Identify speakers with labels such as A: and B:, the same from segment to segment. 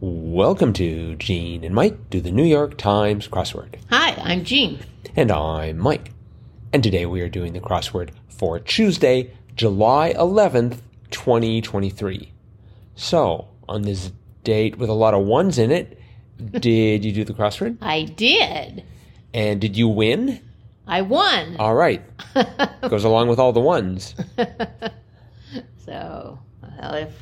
A: Welcome to Gene and Mike do the New York Times crossword.
B: Hi, I'm Jean.
A: And I'm Mike. And today we are doing the crossword for Tuesday, July 11th, 2023. So, on this date with a lot of ones in it, did you do the crossword?
B: I did.
A: And did you win?
B: I won.
A: All right. Goes along with all the ones.
B: So, well, if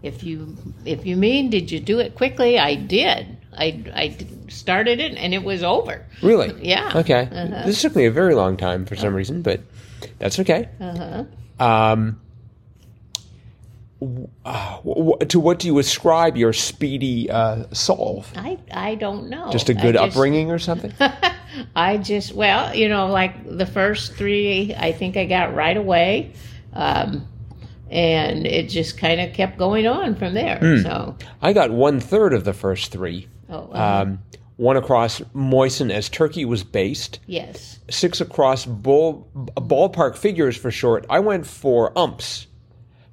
B: if you if you mean did you do it quickly? I did. I I d- started it and it was over.
A: Really?
B: Yeah.
A: Okay.
B: Uh-huh.
A: This took me a very long time for some reason, but that's okay.
B: Uh-huh.
A: Um, w- uh, w- w- to what do you ascribe your speedy uh, solve?
B: I I don't know.
A: Just a good
B: I
A: upbringing or something?
B: I just well, you know, like the first three, I think I got right away. Um, and it just kind of kept going on from there.
A: Hmm.
B: So,
A: I got one third of the first three.
B: oh, uh,
A: Um, one across Moisten as Turkey was based.
B: yes.
A: Six across bull, b- ballpark figures for short. I went for umps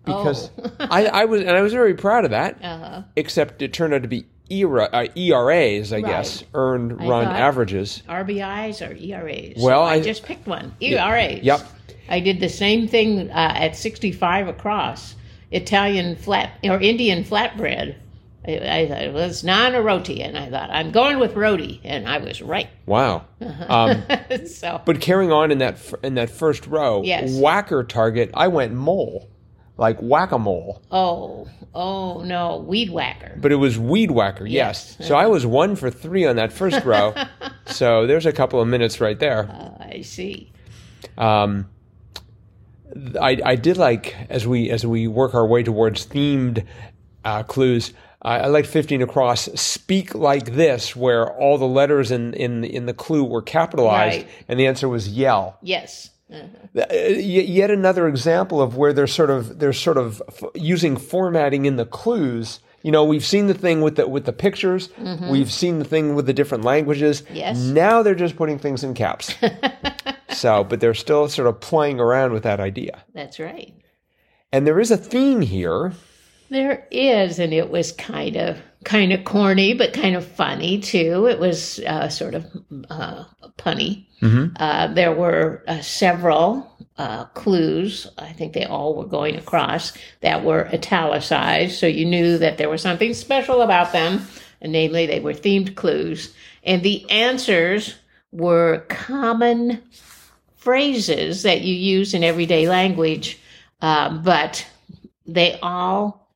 A: because I, I was and I was very proud of that.
B: Oh. Uh-huh.
A: except it turned out to be ERA, uh, ERAs, I guess, earned run
B: thought-
A: averages.
B: RBIs or ERAs.
A: Well,
B: I,
A: I-
B: just picked one. ERAs.
A: Yep.
B: I did the same thing uh, at 65 across Italian flat or Indian flatbread. I, I thought it was non or roti, and I thought I'm going with roti, and I was right.
A: Wow. Um,
B: so
A: but carrying on in that fir- in that first row,
B: Yes.
A: whacker target, I went mole, like whack a mole,
B: oh oh no, weed whacker.
A: but it was weed whacker. Yes. So I was one for three on that first row. so there's a couple of minutes right there.
B: Uh, I see.
A: Um, th- I, I did like as we as we work our way towards themed uh, clues. I, I like fifteen across. Speak like this, where all the letters in in in the clue were capitalized,
B: Right.
A: and the answer was yell.
B: Yes. Uh,
A: Th- uh, y- yet another example of where they're sort of they're sort of f- using formatting in the clues. You know, we've seen the thing with the with the pictures. We've seen the thing with the different languages.
B: Mm-hmm. Yes.
A: Now they're just putting things in caps. so, but they're still sort of playing around with that idea.
B: that's right.
A: And there is a theme here.
B: There is, and it was kind of kind of corny, but kind of funny too. It was uh, sort of uh, punny. Uh, there were uh, several uh, clues. I think they all were going across that were italicized, so you knew that there was something special about them. And namely, they were themed clues, and the answers were common phrases that you use in everyday language, uh, but they all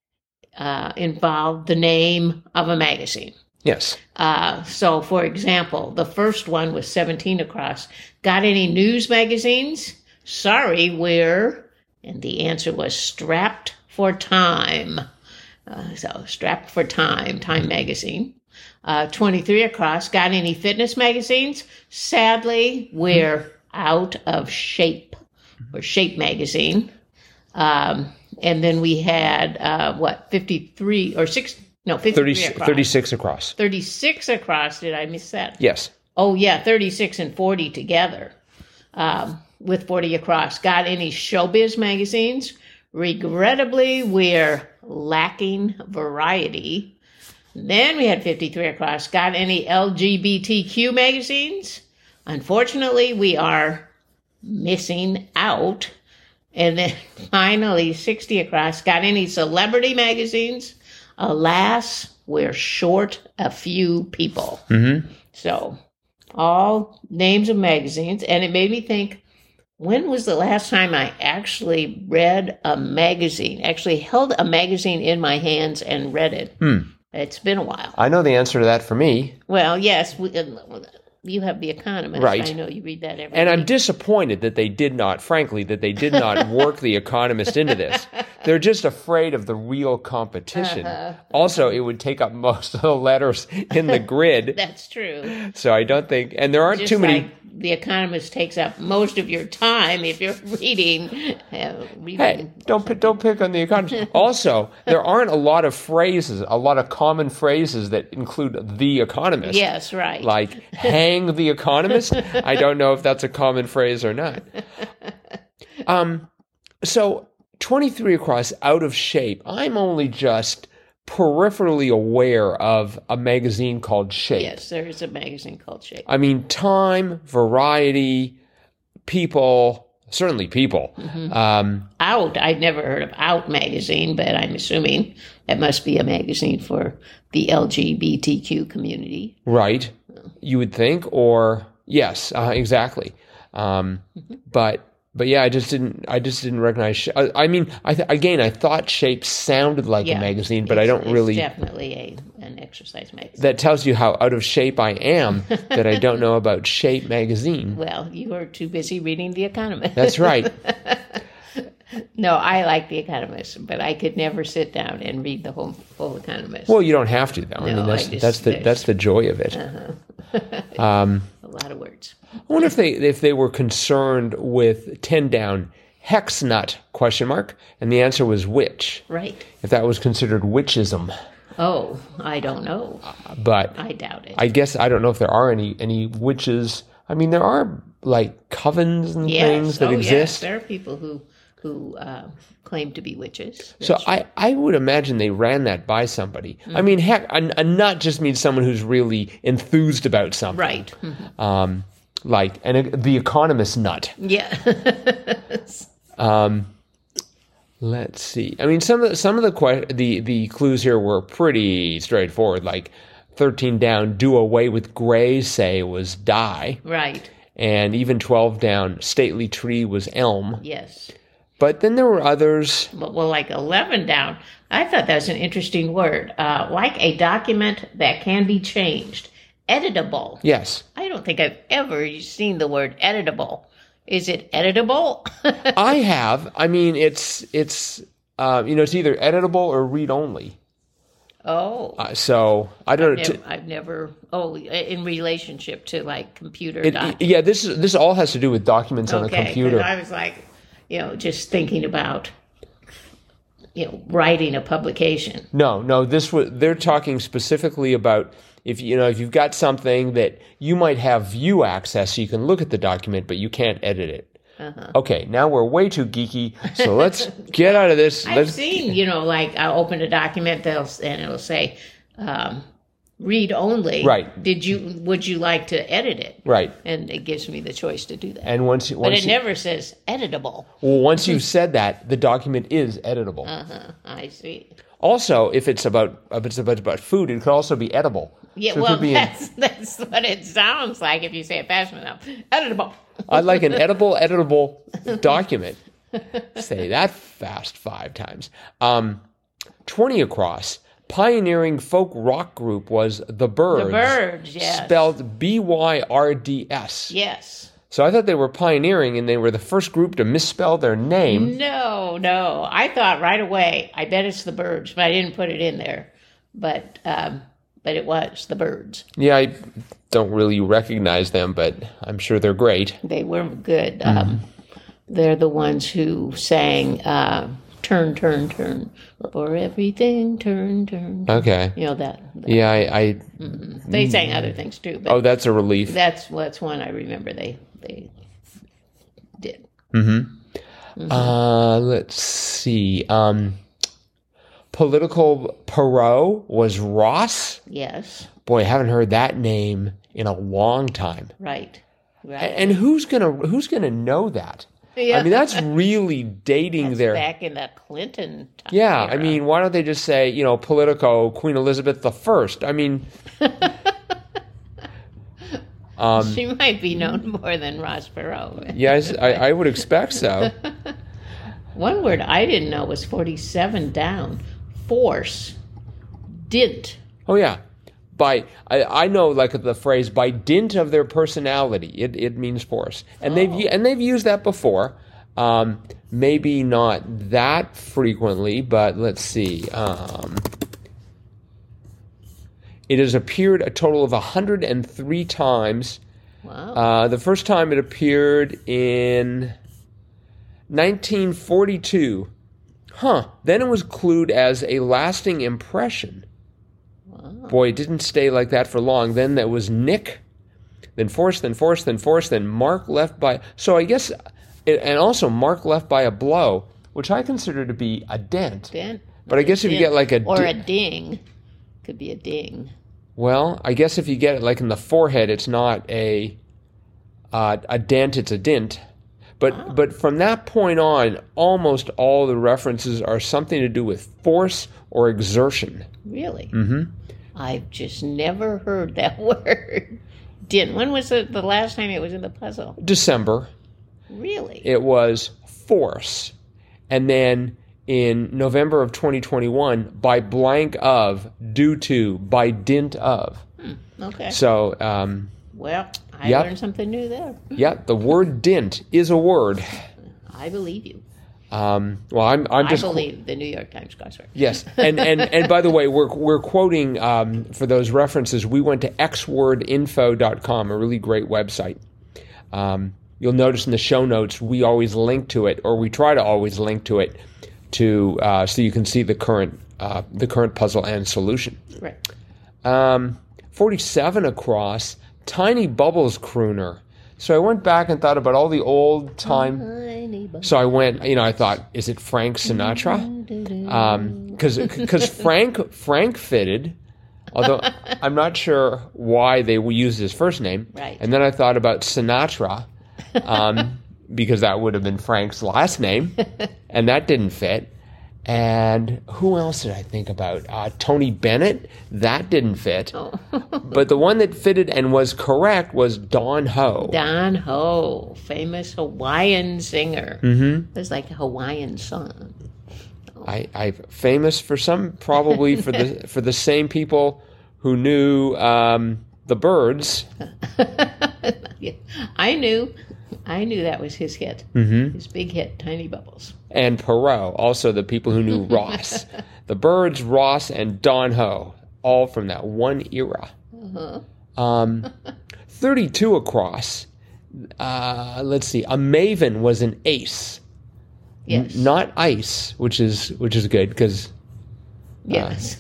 B: uh, involved the name of a magazine.
A: Yes.
B: Uh, so, for example, the first one was 17 across. Got any news magazines? Sorry, we're. And the answer was strapped for time. Uh, so, strapped for time, Time magazine. Uh, 23 across. Got any fitness magazines? Sadly, we're out of shape or shape magazine. Um, and then we had, uh, what, 53 or 6, no, 53
A: 30,
B: across.
A: 36 across.
B: 36 across. Did I miss that?
A: Yes.
B: Oh, yeah, 36 and 40 together um, with 40 across. Got any showbiz magazines? Regrettably, we're lacking variety. Then we had 53 across. Got any LGBTQ magazines? Unfortunately, we are missing out. And then finally, 60 across. Got any celebrity magazines? Alas, we're short a few people. So, all names of magazines. And it made me think when was the last time I actually read a magazine, actually held a magazine in my hands and read it?
A: Hmm.
B: It's been a while.
A: I know the answer to that for me.
B: Well, yes, we, uh, you have The Economist.
A: Right.
B: I know you read that every
A: And I'm disappointed that they did not, frankly, that they did not work The Economist into this. They're just afraid of the real competition.
B: Uh-huh.
A: Also, it would take up most of the letters in the grid.
B: That's true.
A: So I don't think, and there aren't
B: Just
A: too many.
B: like The Economist takes up most of your time if you're reading. Uh, reading.
A: Hey, don't pi- don't pick on the economist. also, there aren't a lot of phrases, a lot of common phrases that include the economist.
B: Yes, right.
A: Like hang the economist. I don't know if that's a common phrase or not. Um, so twenty three across, out of shape. I'm only just peripherally aware of a magazine called Shape.
B: Yes, there is a magazine called Shape.
A: I mean, time, variety, people, certainly people. Um,
B: Out, I'd never heard of Out magazine, but I'm assuming that must be a magazine for the LGBTQ community.
A: right? You would think, or yes, uh, exactly. Um, but but yeah, I just didn't. I just didn't recognize. Sh- I, I mean, I th- again, I thought Shape sounded like a
B: Yeah,
A: magazine, but I
B: It's-
A: don't
B: it's
A: really.
B: definitely a an exercise magazine.
A: That tells you how out of shape I am that I don't know about Shape magazine.
B: well, you are too busy reading The Economist.
A: That's right.
B: no, I like The Economist, but I could never sit down and read the whole full Economist.
A: Well, you don't have to though. I
B: No,
A: mean,
B: I
A: that's
B: just-
A: that's the
B: there's- Uh-huh.
A: that's the joy of it.
B: a lot of words.
A: I wonder if they if they were concerned with ten down hex nut question mark, and the answer was witch.
B: Right.
A: If that was considered witchism,
B: Oh, I don't know.
A: but
B: I doubt it.
A: I guess I don't know if there are any any witches. I mean, there are like covens and
B: yes.
A: things that
B: oh, Yes.
A: exist.
B: There are people who who uh, claim to be witches.
A: So I, I would imagine they ran that by somebody.
B: Mm-hmm.
A: I mean, heck, a, a nut just means someone who's really enthused about something,
B: Right. Hmm.
A: Um, like an, the economist nut.
B: Yes.
A: Let's see. I mean, some of the, some of the que- the the clues here were pretty straightforward. Like thirteen down, do away with gray. Say was die,
B: right.
A: and even twelve down, stately tree was elm.
B: Yes.
A: But then there were others.
B: But well, like eleven down. I thought that was an interesting word. Uh, like a document that can be changed, editable.
A: Yes,
B: I don't think I've ever seen the word editable. Is it editable?
A: I have. I mean, it's it's uh, you know it's either editable or read only.
B: oh.
A: Uh, so I don't. know.
B: Nev-
A: t-
B: I've never. Oh, in relationship to like computer
A: it-
B: doc-
A: yeah, this is- this all has to do with documents on a
B: okay, 'cause
A: computer.
B: I was like, you know, just thinking about, you know, writing a publication.
A: No, no. This was they're talking specifically about if you know if you've got something that you might have view access, so you can look at the document, but you can't edit it.
B: Uh-huh.
A: Okay, now we're way too geeky, so let's get out of this.
B: I've
A: Let's
B: seen, you know, like I open a document, they'll s- and it'll say, um, read only.
A: Right.
B: Did you? Would you like to edit it?
A: right.
B: And it gives me the choice to do that.
A: And once you-
B: but
A: once
B: it
A: you,
B: never says editable.
A: well, once you've said that, the document is editable.
B: Uh-huh, I see.
A: Also, if it's about if it's about, about food, it could also be edible.
B: Yeah,
A: So it
B: well,
A: could be an-
B: that's that's what it sounds like if you say it fast enough. Editable.
A: I'd like an edible, editable document. Say that fast five times. Um, 20 across. Pioneering folk rock group was The Birds.
B: The birds, yes.
A: Spelled B Y R D S.
B: yes.
A: So I thought they were pioneering and they were the first group to misspell their name.
B: No, no. I thought right away. I bet it's the birds, but I didn't put it in there. But um, but it was the birds.
A: Yeah, I don't really recognize them, but I'm sure they're great.
B: They were good.
A: Mm-hmm.
B: Um, They're the ones who sang uh, "Turn, Turn, Turn" for everything. Turn, turn. turn.
A: Okay.
B: You know that
A: Yeah, I. I
B: they sang other things too, but
A: Mm-hmm. oh, that's a relief.
B: that's what's one I remember. They they did.
A: Uh, let's see. Um, political Perot was Ross.
B: Yes,
A: Boy, I haven't heard that name in a long time.
B: right,
A: A-
B: right.
A: And who's gonna who's gonna know that? I
B: Yeah.
A: mean, that's really dating their.
B: Back in the Clinton time.
A: Yeah, I mean, why don't they just say, you know, Politico, Queen Elizabeth the First? I mean,
B: she might be known more than Ross Perot.
A: yes, I, I would expect so.
B: One word I didn't know was 47 down. Force. Didn't.
A: Oh yeah, by I, I know like the phrase by dint of their personality, it, it means force, and they've u- and they've used that before. Um, maybe not that frequently, but let's see. Um, it has appeared a total of 103 times.
B: Wow.
A: Uh, the first time it appeared in 1942. Huh. Then it was clued as a lasting impression. Boy, it didn't stay like that for long. Then there was Nick, then Force, then Force, then Force, then Mark left by. So I guess, and also Mark left by a blow, which I consider to be a dent.
B: Dent.
A: But I guess if you get like a
B: or
A: di-
B: a ding, could be a ding.
A: well, I guess if you get it like in the forehead, it's not a uh, a dent; it's a dint. But
B: Ah.
A: but from that point on, almost all the references are something to do with force or exertion.
B: Really? Mm-hmm. I've just never heard that word. Didn't. When was it the last time it was in the puzzle?
A: December,
B: Really?
A: it was force, and then in November of 2021, by blank of, due to, by dint of.
B: Okay.
A: So. Um,
B: Well, I
A: Yep.
B: learned something new there.
A: Yeah, the word dint is a word.
B: I believe you.
A: Um, well, I'm, I'm
B: I
A: just.
B: believe the New York Times crossword.
A: Yes, and, and and by the way, we're we're quoting um, for those references. We went to xwordinfo.com, a really great website. Um, you'll notice in the show notes we always link to it, or we try to always link to it, to uh, so you can see the current uh, the current puzzle and solution.
B: Right.
A: Um, 47 across, tiny bubbles crooner. So I went back and thought about all the old time
B: Mm-hmm. Tiny bu-
A: So I went, you know, I thought, is it Frank
B: Mm-hmm.
A: Sinatra?
B: Mm.
A: Because Um, Frank Frank fitted, although I'm not sure why they used his first name.
B: Right.
A: And then I thought about Sinatra, um, because that would have been Frank's last name, and that didn't fit. And who else did I think about? Uh, Tony Bennett, that didn't fit.
B: Oh.
A: but the one that fitted and was correct was Don Ho.
B: Don Ho, famous Hawaiian singer. Mm-hmm. There's like a Hawaiian song.
A: I, I famous for some probably for the for the same people who knew um, the birds.
B: Yeah. I knew, I knew that was his hit. Mm-hmm. His big hit, Tiny Bubbles.
A: and Perot, also the people who knew Ross. the Birds, Ross, and Don Ho, all from that one era. Um, 32 across. Uh, let's see. A Maven was an ace,
B: Yes.
A: not ice, which is which is good because
B: yes.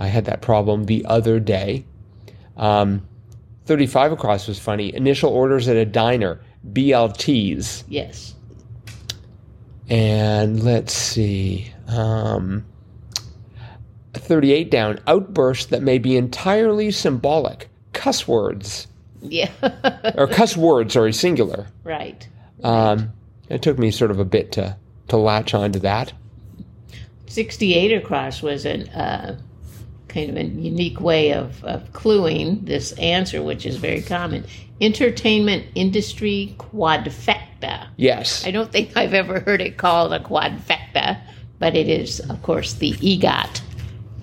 A: I had that problem the other day. Um, 35 across was funny. Initial orders at a diner, BLTs.
B: yes.
A: And let's see. Um, 38 down, outbursts that may be entirely symbolic. Cuss words.
B: Yeah.
A: Or cuss words are singular.
B: right.
A: Um, it took me sort of a bit to, to latch onto that.
B: 68 across was an uh, kind of a unique way of, of cluing this answer, which is very common. Entertainment industry quadfecta.
A: Yes.
B: I don't think I've ever heard it called a quadfecta, but it is, of course, the EGOT,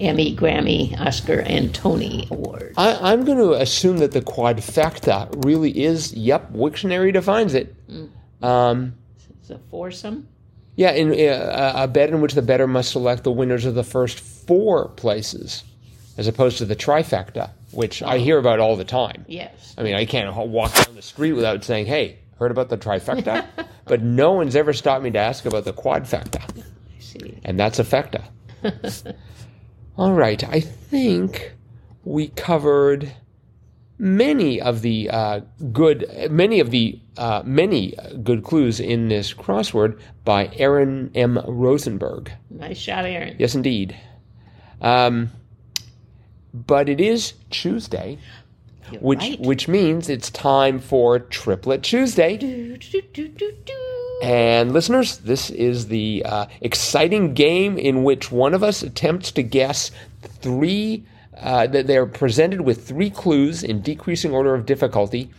B: Emmy, Grammy, Oscar, and Tony Award.
A: I, I'm going to assume that the quadfecta really is, yep, Wiktionary defines it. Um,
B: It's a foursome.
A: yeah, in uh, a bet in which the better must select the winners of the first four places, as opposed to the trifecta, which I hear about all the time.
B: Yes.
A: I mean, I can't h- walk down the street without saying, "Hey, heard about the trifecta?" but no one's ever stopped me to ask about the quadfecta,
B: I see.
A: and that's a fecta. All right, I think we covered many of the uh, good, many of the uh, many uh, good clues in this crossword by Aaron M. Rosenberg.
B: Nice shot, Aaron.
A: Yes, indeed. Um, but it is Tuesday,
B: You're
A: which
B: right.
A: which means it's time for Triplet Tuesday.
B: Do, do, do, do, do.
A: And listeners, this is the uh, exciting game in which one of us attempts to guess three. Uh, that they are presented with three clues in decreasing order of difficulty,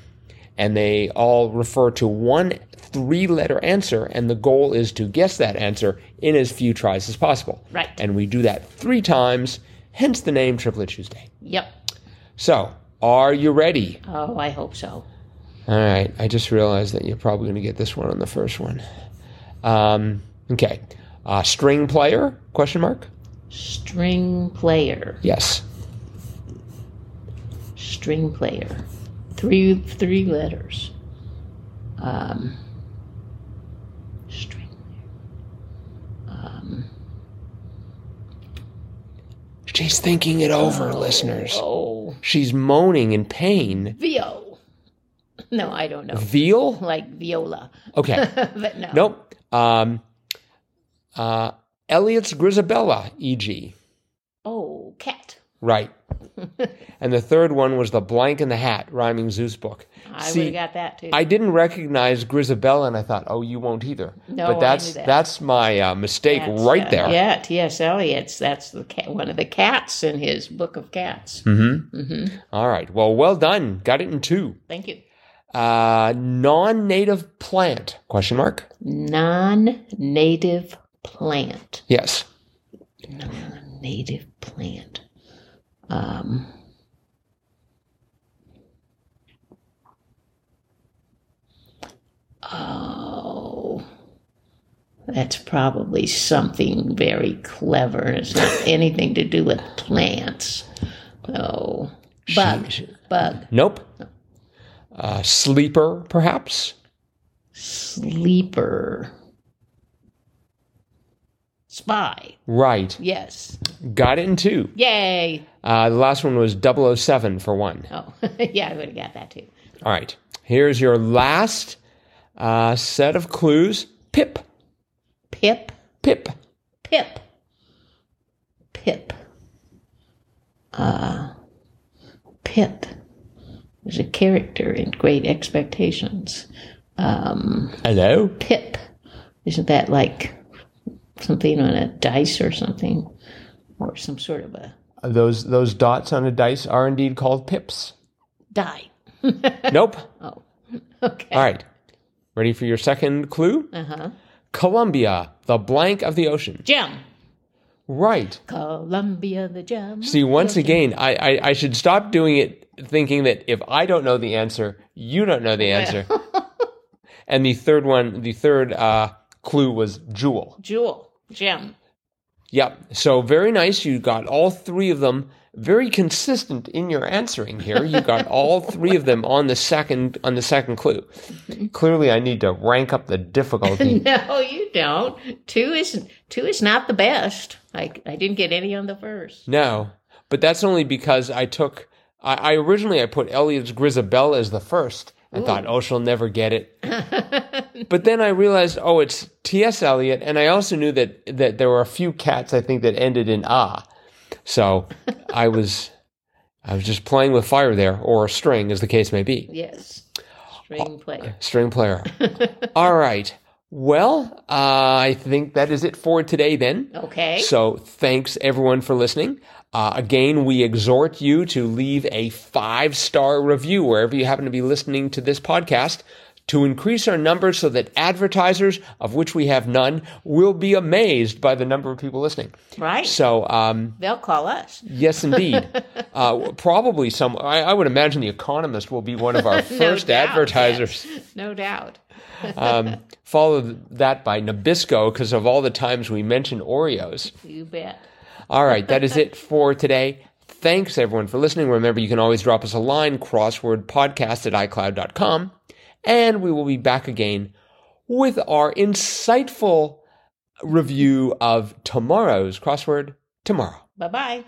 A: and they all refer to one three-letter answer. And the goal is to guess that answer in as few tries as possible.
B: Right.
A: And we do that three times. Hence the name Triplet Tuesday.
B: Yep.
A: So, are you ready?
B: Oh, I hope so.
A: All right, I just realized that you're probably going to get this one on the first one. Um, okay, uh, string player? Question mark?
B: String player.
A: Yes.
B: String player. Three three letters. Um, string.
A: She's thinking it over, listeners.
B: Oh,
A: She's moaning in pain.
B: Vio. No, I don't know.
A: Veal?
B: Like viola,
A: Okay.
B: but no.
A: Nope. Um, uh, Elliot's Grisabella, e.g.
B: Oh, cat.
A: Right. and the third one was the blank and the hat, rhyming Zeus book.
B: I would have got that too.
A: I didn't recognize Grisabella, and I thought, oh, you won't either.
B: No, I
A: but that's
B: knew that.
A: that's my uh, mistake
B: That's,
A: right
B: uh,
A: there.
B: Yeah, T.S. Eliot's. That's the cat, one of the cats in his book of cats.
A: Hmm. All right. Well, well done. Got it in two.
B: Thank you.
A: Uh, non-native plant? Question mark.
B: Non-native plant.
A: Yes.
B: native plant. Um, oh, that's probably something very clever. It's not anything to do with plants. Oh, bug, bug,
A: Nope. Uh, sleeper, perhaps.
B: sleeper, spy.
A: Right.
B: Yes,
A: Got it in two.
B: yay!
A: Uh, the last one was 007 for one.
B: Oh, yeah, I would have got that too.
A: All right. Here's your last uh, set of clues. Pip.
B: Pip.
A: Pip.
B: Pip. Pip. Uh, Pip is a character in Great Expectations.
A: Hello.
B: Pip. Isn't that like something on a dice or something? Or some sort of a
A: Those those dots on a dice are indeed called pips.
B: die.
A: Nope.
B: Oh, okay.
A: All right. Ready for your second clue?
B: Uh huh.
A: Columbia, the blank of the ocean.
B: Gem.
A: Right.
B: Columbia the gem.
A: See, once again, I, I, I should stop doing it thinking that if I don't know the answer, you don't know the answer. and the third one, the third uh, clue was jewel.
B: Jewel. Gem.
A: Yep. So very nice. You got all three of them. Very consistent in your answering here. You got all three of them on the second on the second clue. Clearly, I need to rank up the difficulty.
B: No, you don't. Two is two is not the best. I I didn't get any on the first.
A: No, but that's only because I took. I, I originally I put Elliot's Grisabella as the first. I thought, oh, she'll never get it. but then I realized, oh, it's T.S. Eliot, and I also knew that that there were a few cats I think that ended in ah. So I was, I was just playing with fire there, or a string, as the case may be.
B: Yes.
A: Oh,
B: String player.
A: String player. All right. Well, uh, I think that is it for today then.
B: Okay.
A: So thanks everyone for listening. Uh, again, we exhort you to leave a five star review wherever you happen to be listening to this podcast to increase our numbers so that advertisers, of which we have none, will be amazed by the number of people listening.
B: Right.
A: So, um,
B: They'll call us.
A: Yes, indeed. uh, probably some. I, I would imagine The Economist will be one of our first
B: doubt,
A: advertisers.
B: No doubt.
A: Um, followed that by Nabisco because of all the times we mention Oreos.
B: You bet.
A: All right, that is it for today. Thanks everyone for listening. Remember, you can always drop us a line, crosswordpodcast at iCloud.com, and we will be back again with our insightful review of tomorrow's crossword tomorrow.
B: Bye bye.